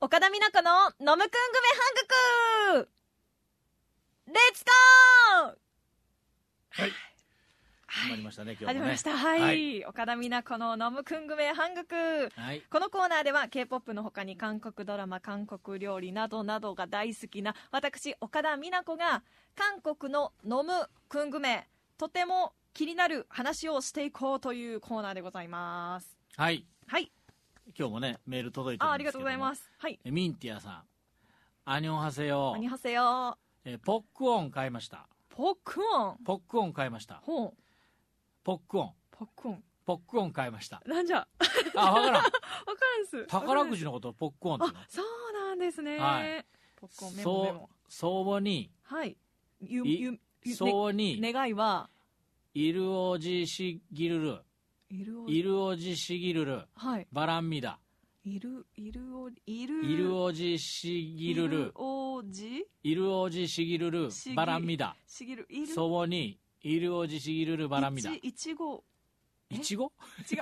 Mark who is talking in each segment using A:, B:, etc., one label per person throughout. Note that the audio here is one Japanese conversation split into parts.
A: 岡田美奈子の飲むくんぐめ半額レッツゴー
B: は
A: は
B: い。
A: い
B: 始まりましたね、今日
A: 始まり
B: もね
A: まし。た。はい。
B: はい
A: 岡田美奈子の飲むくんぐめ半額。
B: はい。
A: このコーナーでは K-POP の他に韓国ドラマ、韓国料理などなどが大好きな私、岡田美奈子が韓国の飲むくんぐめ、とても気になる話をしていこうというコーナーでございます。
B: はい。
A: はい。
B: 今日もね、メール届いて
A: あ
B: る
A: あ
B: ん
A: り
B: で
A: が
B: すけども。
A: とうございます。はい。
B: え。ミンティアさん。アニョンハセヨ
A: こんにちは。
B: えーポックオン買いました。
A: ポックオン。
B: ポックオン買いました。
A: ほう。
B: ポックオン。
A: ポックオン。
B: ポックオン買いました。
A: なんじゃ。わか
B: あ、わ からん。
A: らんす。
B: 宝くじのことをポックオンって
A: あ
B: 言うの、
A: そうなんですね。
B: はい
A: ポックオンメモメモ。
B: そう、相うに、
A: はい。ゆ
B: い
A: ゆゆ
B: 相うに、
A: ね願いは、
B: いるおじしぎるる、
A: いるお
B: いるおじしぎるる、
A: はい。
B: バランミダ、
A: いる、いるお、いる、
B: いるおじしぎる
A: い
B: る、
A: おじ
B: いるおじしぎるる
A: しぎ、
B: バランミダ、
A: しぎる、いる。
B: そうに、いるおじしぎるる、バランミダ
A: い。ちいちご。え
B: いちご
A: 違う。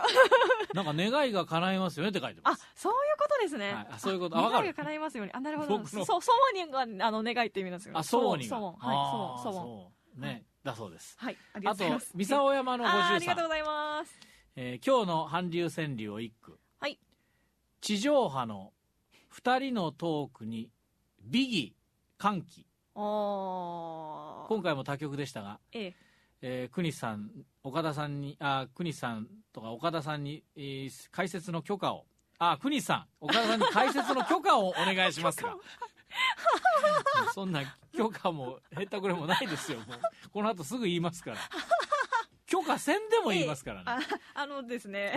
B: なんか願いが叶いますよねって書いてま
A: あ
B: す。、
A: そういうことですね。
B: はいあそういうことあわか
A: 願
B: る
A: いが叶いますように。あ、なるほど。
B: 僕の
A: そう、ソモニンが、あの、願いって意味なんですよね。
B: あ、そうに
A: ソ
B: が。
A: モンソモン
B: あ
A: はい、
B: ー
A: ソモンソモン
B: そうね、だそうです。
A: はい。ありが
B: あ
A: と
B: と
A: うございます。、
B: 三沢山の
A: あーあ
B: 五十
A: りがとうご
B: 三。
A: ざいます。
B: えー今日の韓流川柳を一句。
A: はい。
B: 地上波の二人のトークに、美儀、歓喜。
A: おー。
B: 今回も他局でしたが、
A: ええ。
B: えー、国さん、岡田さんに、あー、国さんとか岡田さんに、えー解説の許可を、あー、国さん、岡田さんに解説の許可をお願いしますが。もうそんな許可もへったくれもないですよ。もうこの後すぐ言いますから。許可せんでも言いますからね。
A: ああのですね、
B: はい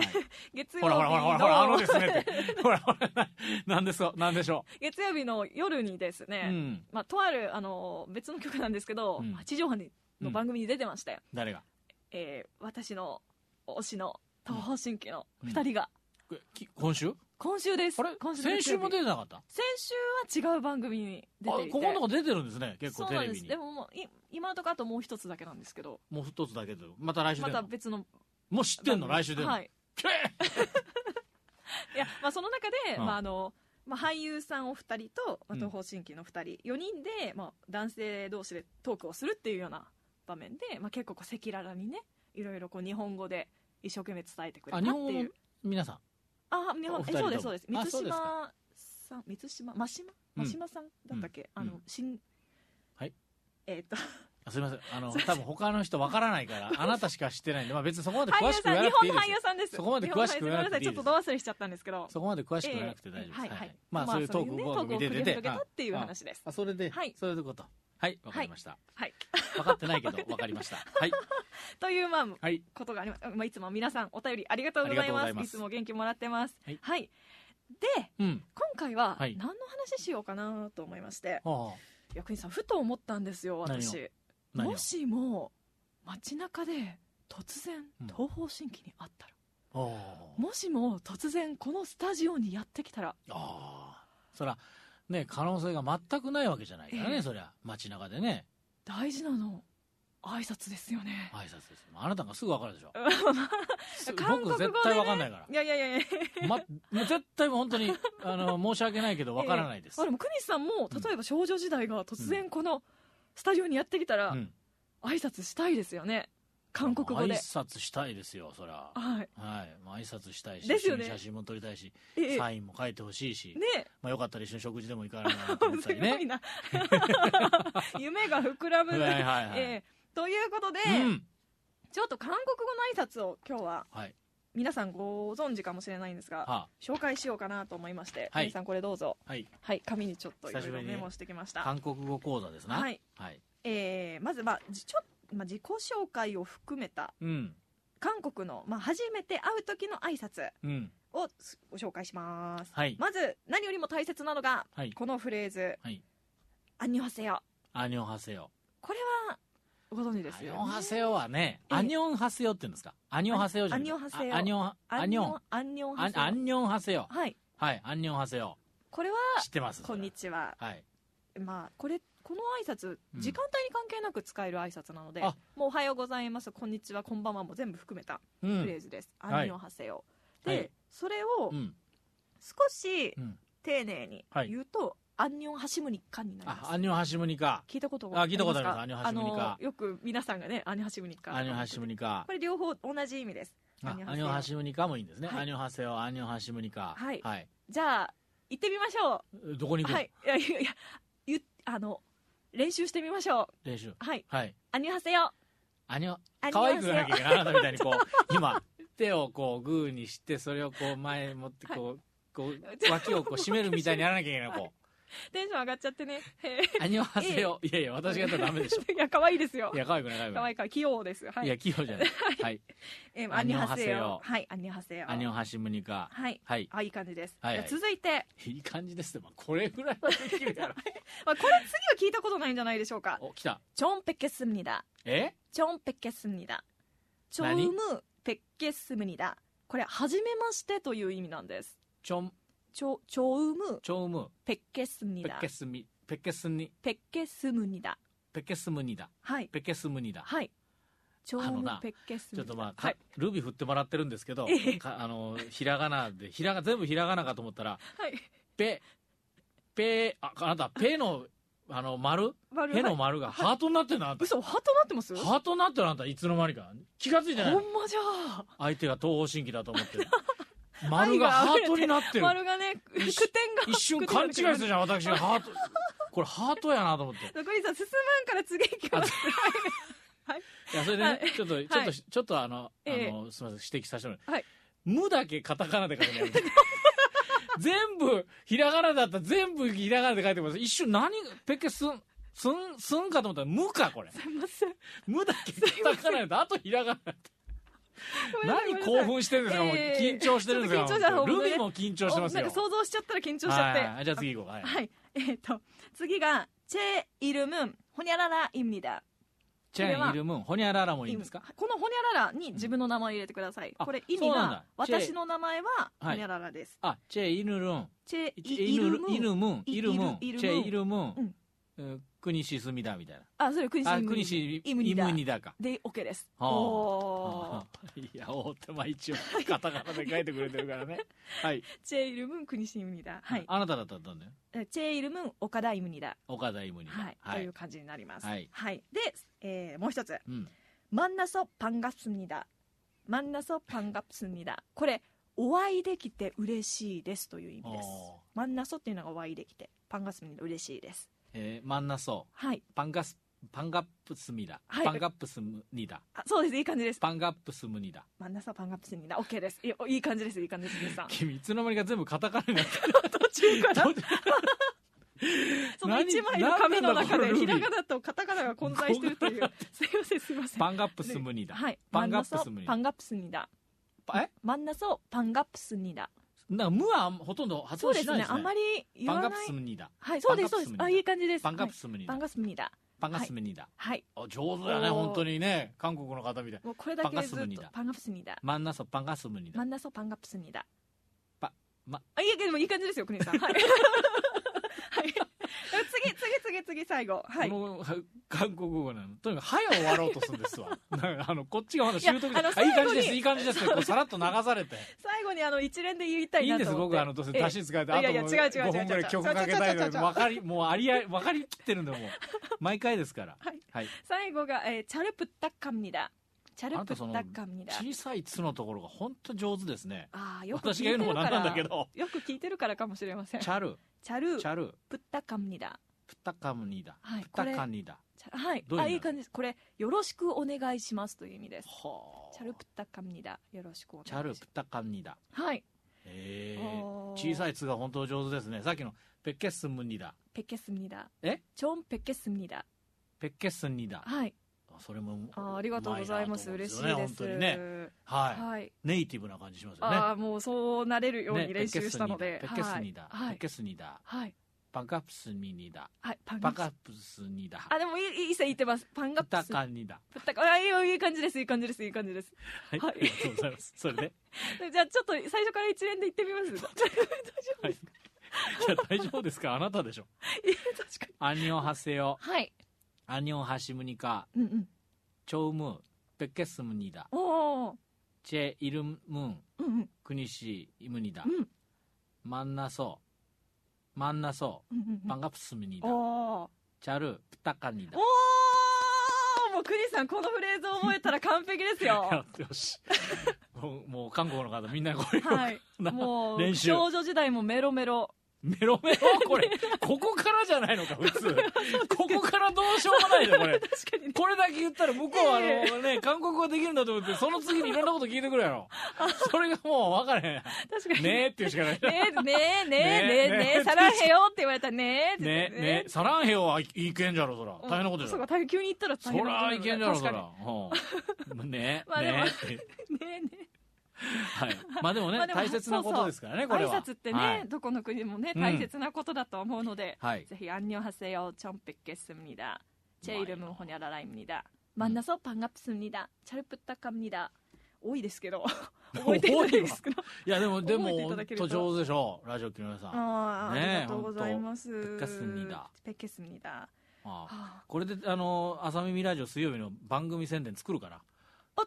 A: 月曜
B: ほ
A: 日
B: ら
A: の
B: ほらほらほらほら、あのですねって。ほらほら、ななんですか、なんでしょ
A: 月曜日の夜にです
B: う。う
A: ね、
B: ん。
A: まあ、とあるあの別の曲なんですけど、
B: うん
A: まあ地上波にの番組に出てまして、
B: 誰が
A: えー私の推しの東方神起の2人が、
B: こき今週
A: 今週です
B: あれ
A: 今週の
B: 先
A: 月曜
B: 週
A: 日
B: も出てなかったあ、
A: 先週は違う番組に出
B: こ
A: ていて
B: このとこ出てるんですね。結構
A: そう
B: テ
A: なん
B: レ
A: で
B: ビ
A: す
B: に
A: で。ももうい今のとこあともう一つだけなんですけど
B: もう一つだけで。また来週出
A: ま
B: る
A: た
B: の。
A: 別の
B: もう知ってんの来週出るの。
A: はい
B: けー
A: いや、まあ、その中で、
B: うん
A: まああのまあ、俳優さんお二人と、まあ、
B: うん
A: 東方神起の二人、四人で、まあ、男性同士でトークをするっていうような場面で、まあ、結構こう赤裸々にねいろいろこう日本語で一生懸命伝えてくれた
B: あ、
A: って
B: 日本
A: い
B: 語
A: う、
B: 皆さん。
A: あ日本
B: お二
A: え
B: 人
A: そうで
B: と
A: す
B: も
A: そうです
B: あ
A: 満
B: そうです
A: 島さん満島真島
B: うん
A: 真島さんだったっけ、
B: うん
A: あの
B: うん
A: 新
B: はい
A: えーっと
B: あすみません。あの、多分他の人わからないから、 あなたしか知ってないんで、まあ別にそこまで
A: 俳
B: 詳
A: 優
B: しく
A: さ
B: 言
A: ん日
B: わなくて
A: 本
B: い
A: の
B: い
A: 俳
B: ですよ
A: 優。さんです
B: そこまで詳しく言わなくていいで
A: 日本の俳優さんごめんなさちょ
B: す
A: っとど忘れしちゃったんですけど
B: そこまで詳しく言わなくて大丈夫です。
A: はいはい
B: まあそういうトー
A: ね
B: ク番組
A: トークを繰
B: で出
A: り
B: て
A: 広げたっていう
B: あ
A: 話です
B: あそれで、
A: はい
B: そういうこと。はい、わかりました。
A: はい
B: 分かってないけど、 わかりました。はい。
A: というまあ
B: はい。
A: ことがあります。まあ、いつも皆さんお便りありがとうございます。
B: ありがとうござ
A: い
B: います
A: つも元気もらってます。は
B: はいい。
A: で、
B: うん。
A: 今回は
B: は
A: 何
B: い
A: の話しようかなと思いまして、
B: はあ、
A: 役員さん、ふと思ったんですよ、私。
B: 何を
A: もしも、街中で突然、
B: うん
A: 東方神起にあったら、
B: ああ
A: もしも突然、このスタジオにやってきたら、
B: ああ。そら、ね、可能性が全くないわけじゃないからね、
A: ええ
B: そりゃ。街中でね、
A: 大事なの、挨拶ですよね。
B: 挨拶です。あなたがすぐわかるでしょ。す
A: 韓国語
B: 僕
A: でね
B: 絶対わかんないから。
A: いやいやいや いや、
B: ま、絶対もう本当に、あの、申し訳ないけど、わからないです。
A: あでも、国西さんも、例えば少女時代が突然、このスタジオにやってきたら、
B: うん
A: 挨拶したいですよね韓国語
B: 挨
A: で
B: 拶したいですよ、そら。
A: はい
B: はい。まあ、挨拶したいし、
A: ですよね
B: 一緒に写真も撮りたいし、
A: ええ
B: サインも書いてほしいし、
A: ね
B: まあ、よかったら一緒に食事でも 行かないなと思っ
A: す
B: たり
A: ごい
B: ね。
A: な夢が膨らむ、
B: はいはいは
A: え
B: い。
A: えということで、
B: うん。
A: ちょっと韓国語の挨拶を今日は
B: はい。
A: 皆さんご存知かもしれないんですが
B: は
A: 紹介しようかなと思いまして、
B: はい
A: 皆さんこれどうぞ
B: あ、はい。
A: はい紙にちょっといろい
B: 久しぶ
A: ろ
B: りにね
A: メモしてきました、
B: 韓国語講座ですな。
A: はい。
B: はい。
A: えーまず、まあ、じちょまあ、自己紹介を含めた
B: うん。
A: 韓国の、まあ、初めて会う時の挨拶
B: うん。
A: をすご紹介します
B: はい。
A: まず何よりも大切なのが
B: はい。
A: このフレーズ
B: はい。
A: 「アンニョンハセヨ
B: アニョンハセヨ。」
A: これはご存知です
B: アニ
A: よ、
B: ョ
A: ね、
B: ンハセヨはね、
A: ええ
B: アニョンハセヨって言うんですかアニョンハセヨじゃなく
A: ア
B: て
A: ニョンハセヨ
B: あアニョン、
A: ア
B: ア
A: ンニ
B: ニ
A: ョ
B: ョ
A: ン
B: ン、
A: アンニョン
B: ア
A: ハ
B: ン
A: セヨ
B: アンニョンハセヨ。
A: はい
B: はい。アンニョンハセヨ。
A: これは
B: 知ってます
A: 「こんにちは
B: はい。」
A: まあこれこの挨拶
B: うん
A: 時間帯に関係なく使える挨拶なので、
B: あ
A: もう「おはようございます」「こんにちは」「こんばんは」も全部含めたフ
B: う
A: レ
B: ん。
A: ーズです「
B: ん
A: アンニョンハセヨ」
B: は
A: で、
B: いはい
A: それを
B: うん。
A: 少し
B: うん。
A: 丁寧に
B: はい
A: 言うと、アンニョンハシムニカになり
B: あ
A: ま、
B: ア
A: す
B: ンニョンハシムニカ。
A: 聞いたこと
B: あ聞いたことあります
A: ありま
B: ア
A: す
B: ンニョンハシムニカ
A: あのよく皆さんがねアンニョンハシムニカ
B: アンニョンハシムニカ
A: こ。れ両方同じ意味です
B: あア
A: ア
B: ン
A: ン
B: ニ
A: ニ
B: ョ
A: ョ
B: ン
A: ン
B: ハ
A: ハ
B: シムニカもいいんですね。
A: はい
B: アンニョンハセヨ、アンニョンハシムニカ。
A: はいじゃあ行ってみましょ
B: どこに
A: う
B: 行くの
A: はいいやいやいやゆあの練習してみましょう
B: 練習。
A: はい
B: はい。
A: アンニョンハセヨ
B: アンニョン、
A: アンニ
B: 可
A: ョン
B: 愛
A: ハ
B: く
A: セ
B: 言
A: ヨ
B: わなきゃいけない。あなたみたいにこう、 今、手をこう、グーにして、それをこう、前持って、こう、こう、脇をこう、締めるみたいにやらなきゃいけないの、 こ
A: テンション上がっちゃってねへえ
B: う。アンニョンハセヨ。いやいや、私がやったらダメでしょ。
A: いや可愛いですよ
B: いや、可愛くない、可愛く
A: 可
B: な。
A: 愛いから器用ですはい
B: い
A: い
B: や、器用じゃない。はい。
A: えー
B: ア
A: ア
B: ン
A: ン
B: ニ
A: ニョ
B: ョン
A: ン
B: ハ
A: ハ
B: セ
A: セ
B: ヨ
A: ヨはいアンニョンハセヨ
B: アンニョンハシムニカ。
A: はい
B: はい。
A: あいい感じです、
B: はいはい
A: じゃあ続いて、
B: いい感じですね。まあ、これぐらいはできる やろ。
A: まあ、これ次は聞いたことないんじゃないでしょうか
B: お、来た。
A: チョンペッケスムニダ
B: え
A: チョンペッケスムニダチョ
B: 何
A: ウムペッケスムニダこれ初めましてという意味なんです
B: ちょん、
A: チョチョウム
B: ちょうむ。
A: ペッケスムニ
B: ペ
A: ダ
B: ッケスミ、ペッケスニ、
A: ペッケスムニダ
B: ペッケスムニだ。
A: はい
B: ペッケスムニだ。
A: はいチョ
B: あ
A: ウ
B: の
A: ム
B: な
A: ペッケスムニ
B: ち
A: ダ
B: ょっとまあ、か
A: はい
B: ルビー振ってもらってるんですけど
A: ええ、
B: かあの、ひらがなで、ひらが、全部ひらがなかと思ったら、
A: はい
B: ペ、ペ、あ、あなた、ペの、あの、丸
A: 丸
B: ペの
A: はい
B: 丸がハートになってるのあなた。
A: 嘘ハートなってます
B: ハートになってるのあなた、いつの間にか。気がついてない
A: ほん。まじゃあ
B: 相手が東方神起だと思ってる。丸がハートになってる。
A: 丸がね句点が
B: 一瞬勘違いするじゃん、私がハート。これハートやなと思って。
A: 残りさ進まんから次行きます
B: いや、それで
A: は
B: ね
A: い、
B: ちょっと、ちょっと、
A: はい
B: ちょっとあの、あ
A: ええ
B: の、すみません、指摘させてもら
A: はい
B: 無だけカタカナで書くのやめて全部、ひらがなだったら全部ひらがなで書いてます。一瞬何、ペケすん、すん、すんかと思ったら無か、これ。
A: すいません
B: 無だけカタカナだと、あとひらがな。
A: ごめんなさい
B: 何興奮してるんですか、もう
A: ええ
B: 緊張してるんですか、
A: ちょっと緊張した
B: もうル
A: 僕ね
B: ビーも緊張してますよ。
A: おなんか想像しちゃったら緊張しちゃって
B: はいはいじゃあ次行こう。はい。
A: はいえっ、と次がチェイルムンホニャラライムニダ
B: チェーンイルムーン、ホニャララもいいんですか
A: このホニャララに自分の名前を入れてください、
B: あ
A: これ意味
B: そうなん
A: が
B: だチェ
A: 私の名前は
B: は
A: ホ
B: い
A: ニャララです、
B: あ、チェーンイルルン。
A: チェイ
B: イ
A: イル
B: ル
A: ム
B: イ
A: ン
B: ルムーン、
A: い
B: イルムーン、
A: いる
B: チェイルムー
A: うん
B: ン、うん国しすみだみたい
A: あそれクリシ
B: な。
A: ム
B: あ、
A: ニ
B: 国し
A: イ
B: イ
A: ム
B: ム
A: ニダ
B: ニだか。
A: で OK です
B: はあ
A: おー
B: いや、大手間一応、カタカナで書いてくれて るからね。はい。
A: チェイルムンクニシムニダはい
B: あなただったんだね。
A: えチェイルムン岡田イムニダ
B: 岡田イムニダ
A: はい、
B: は
A: とい。
B: いう
A: 感じになります
B: はい
A: で、えーもう一つ
B: うん。
A: マンナソパンガプスニダマンナソパンガプスニダこれお会いできて嬉しいですという意味です
B: おー
A: マンナソっていうのがお会いできてパンガスミダ嬉しいです
B: えー、マンナソ
A: はい
B: ウ、パンガス、パンガップスミだ。
A: はい
B: パンガップスムニダ。
A: あそうですいい感じです
B: パンガップスムニダ。
A: マンナソパンガプスニダ OK ですいいいい感じですいい感じです皆 さん
B: 君、いつの間にか全部カタカナになって
A: 途中から
B: る。
A: その一枚の
B: 何
A: 紙の中
B: 何なんだこの
A: で
B: ルール
A: ひらがなとカタカナが混在してるという すいませんすいません
B: パンガップスムニダ。
A: はい
B: パンガップスム
A: マンナ
B: ニ
A: ソパ
B: ダ
A: ン。ガプスニダ
B: え
A: マンナソパンガプスニダ
B: なんか、無はほとんど発
A: そう
B: 音
A: で
B: し
A: す
B: ない
A: ね
B: です
A: あ
B: ね。
A: まり言
B: パン
A: わ
B: ガ
A: な
B: ップス
A: い
B: ムニダ。
A: はいそうです
B: パ
A: そ
B: ン
A: うです
B: ガプスムニダ
A: あいい感じです
B: パンガップ
A: ス
B: スムニ
A: パ
B: ダ
A: ン。ガスミニダ
B: パンガップスムニダ。
A: はい
B: あ上手だね、
A: おー
B: 本当にね。韓国の方みたい。
A: もうこれだけずっ
B: パンガスムニ
A: と
B: ダ
A: パンガプスニダ
B: マンナソパンガスムニダ
A: 真。ん中パンガプスニダ
B: パま
A: あいやでもいい感じですよ国枝さんはいはい次次次次最後はい
B: この は韓国語なの。とにかく早終わろうとするんです わ。なんかあのこっちがまだ習得
A: いやあの
B: あいい感じ
A: 最後
B: です、
A: に
B: いい感じですってこうさらっと流 されて。
A: 最後にあの一連で言いたい
B: いいん
A: な
B: です、
A: と思って
B: 僕あのどうせ出
A: え
B: し使えて、
A: え
B: あ
A: いやいや
B: ともう
A: 違う違う違う
B: 5分ぐらい曲かけたいの
A: 違う違う違う
B: に、
A: 違う
B: わかり、もうありあい、わかりきってるんで、もう。毎回ですから。
A: はい
B: はい。
A: え最後が、えーチャルプッタカムニダチャルプッタカムニダ
B: 小さい「つ」のところが本当上手ですね。
A: ああよく聞い
B: 私
A: て
B: が言う
A: る
B: のも
A: か
B: なんなん
A: ら
B: だけど。
A: よく聞いてるからかもしれません
B: チャル、
A: チャル
B: チャル、
A: プッタカムニダ
B: プタカムニダ。
A: はい
B: プ
A: こ
B: タ
A: れ
B: カニダ。
A: チャはい
B: どうい
A: あ
B: う意味なの
A: いい感じですこれよろしくお願いしますという意味です
B: はあ
A: チャルプッタカムニダよろしくお願い
B: チ
A: しま
B: ャ
A: す
B: ルプタカムニダ。
A: はい
B: ええ。
A: おー
B: 小さい「つ」が本当上手ですね。さっきのペッケッスンムニダ。
A: 뵙겠습니다.
B: 예?
A: 처음 뵙겠습니다.
B: ペッケッスンニダ。
A: 하이.
B: それも
A: あありがとうございます。嬉しい
B: まな
A: で
B: と
A: す。
B: 思うんよね本当にね。は
A: はい。
B: い。ネイティブな感じしますよね。
A: ああもうそうなれるよう
B: ね
A: に練習したので。
B: ペッケッスンニダ。ペ
A: は
B: ッ
A: い。
B: ケッスンニダ。
A: はい。
B: パンカプスミニダ。
A: はい。パン
B: パ
A: ガ
B: ン
A: プス
B: カプスニダ。
A: あでもいいいい線いってます。パン
B: プ
A: ガプ
B: タ
A: ス。
B: カニダ。
A: プタカあいいよいい感じですいい感じですいい感じです。
B: はい。
A: はい
B: ありがとうございます。それ で。
A: じゃあちょっと最初から一連で言ってみます。大丈夫
B: は
A: で
B: い
A: すか。
B: いや、大丈夫ですかあなたでしょ。
A: いや確かに。
B: アンニョンハセヨ、
A: はい。
B: アンニョンハシムニカ、
A: うんうん。
B: チョウム、ペッケスムニダ、
A: おお。
B: チェイルムン、
A: うんうん。
B: クニシイムニダ
A: う、ん。
B: マンナソ、 만나서
A: うんうんうん
B: 반갑습니다
A: おー
B: 잘부탁합니다
A: おーもうクニさんこのフレーズを覚えたら完璧です よ
B: よしもうもう韓国の方みんなこれ、
A: はい
B: な
A: もう
B: 練習
A: 少女時代もメロメロ
B: メロメロこれここからじゃないのか 普通ここからどうしようもないのこれ
A: 確かにね
B: これだけ言ったら向こうはあのね韓国語できるんだと思ってその次にいろんなこと聞いてくるやろそれがもう分からへ
A: 確か
B: ん
A: に
B: ねえっていうしかない
A: ねえねえねえねえ
B: ねえ
A: ねえさらへよって言われたらねえ
B: ねねサランヘヨはいけんじゃろそら大変なことじ
A: そ
B: ゃ
A: う
B: ろ
A: か大変急に言ったら
B: そ
A: 大変なこと
B: らいけんじゃろそ、
A: 確から
B: うん、ね
A: まあでも
B: ねって
A: にねえねえ
B: はいまあでもね
A: まあでも
B: 大切なことですからねこれ
A: 挨
B: は
A: 拶ってね、
B: はい
A: どこの国もね
B: うん
A: 大切なことだと思うので、
B: はい
A: ぜひ안녕하세요チョンペッケスミダチェイルムホニャラライムニダ만나서반갑습니다。チャルプッタカムニダ。多いですけ ど、覚えていただいて少ない。
B: いやでもでも
A: 覚えていただ
B: 本
A: けると
B: 当上手でしょうラジオ聞きの皆さんあ
A: あー
B: ねえ
A: ありがとうございます。
B: ッケスミダ
A: ペッケスミダ。
B: あ
A: あ、
B: これであの「朝耳ラジオ」水曜日の番組宣伝作るから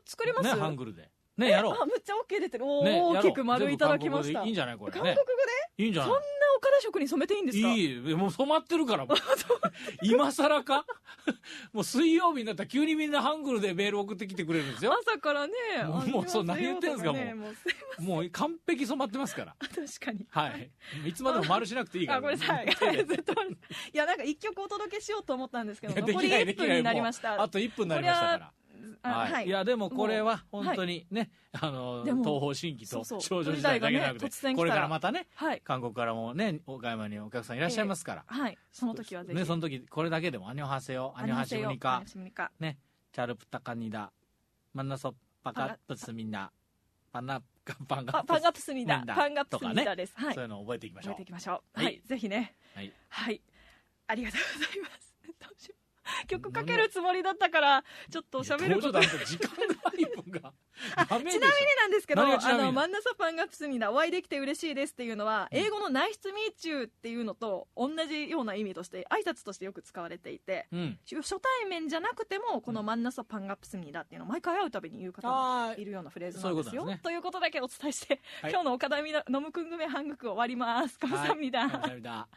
A: 作ります
B: ねハングルでねやろ
A: あ、むっちゃ OK 出てる。おー
B: う、ね、やろう
A: 大きく丸いただきまし
B: 全部韓国語
A: た。
B: で
A: 韓
B: いいんじゃな
A: 国語で
B: いこれねいいんじゃ
A: そん
B: な
A: な岡田色に染めていいんですか
B: いいいもう染まってるから もう今更か もう水曜日になったら急にみんなハングルでメール送ってきてくれるんですよ
A: 朝からね、
B: もうもうそう何言ってんすかもう
A: ねもうせ
B: もう完璧染まってますから
A: 確かに。
B: はいいつまでも丸しなくていいから
A: あごめんな さいずっといやなんか一曲お届けしようと思ったんですけど
B: いや
A: 残り1分になりました
B: もうあと1分になりましたから
A: あ
B: はい、、
A: はい
B: やでもこれは本当にね、あの
A: でも
B: 東方神起と
A: そうそう
B: 少女時代だけじゃなくて、
A: 時代がね突然来たら
B: これからまたね
A: はい
B: 韓国からもね岡山にお客さんいらっしゃいますから、
A: はいその時はぜひ、
B: ねその時これだけでも「アニョハセヨ」「アニョハシムニ
A: アニ
B: カ
A: ハセヨアニハシムニカ」
B: 「チャルプタカニダ」「マンナソッパカップスミンナ」「パンナカパンガ
A: あパンガ
B: ッ
A: ップスミダ
B: なんだ
A: パンガップ
B: と
A: ス
B: か
A: ミ
B: ね
A: ダです、
B: プ
A: は
B: ス」
A: い
B: そういうのを覚えていきましょ
A: 覚
B: う
A: えていきましょうは、
B: はいい
A: ぜひね
B: はい
A: はいありがとうございます どうしよう曲かけるつもりだったからちょっと喋ること
B: いやどうぞだって時間が1分がダメでしょ
A: ちなみになんですけど、
B: 何がちな
A: あ
B: みに
A: の、マンナサパンガプスミダ、お会いできて嬉しいですっていうのは、
B: うん
A: 英語のナイスミーチューっていうのと同じような意味として、挨拶としてよく使われていて、
B: うん
A: 初初対面じゃなくても、このマンナサパンガプスミダっていうのを毎回会うたびに言う方が
B: あ
A: い
B: ー
A: るようなフレーズなんですよ。
B: そういうことなんですね
A: ということだけお伝えして、
B: はい
A: 今日の岡田みなのむくん組め半額終わります。かむさみだ。
B: はい、ダメだ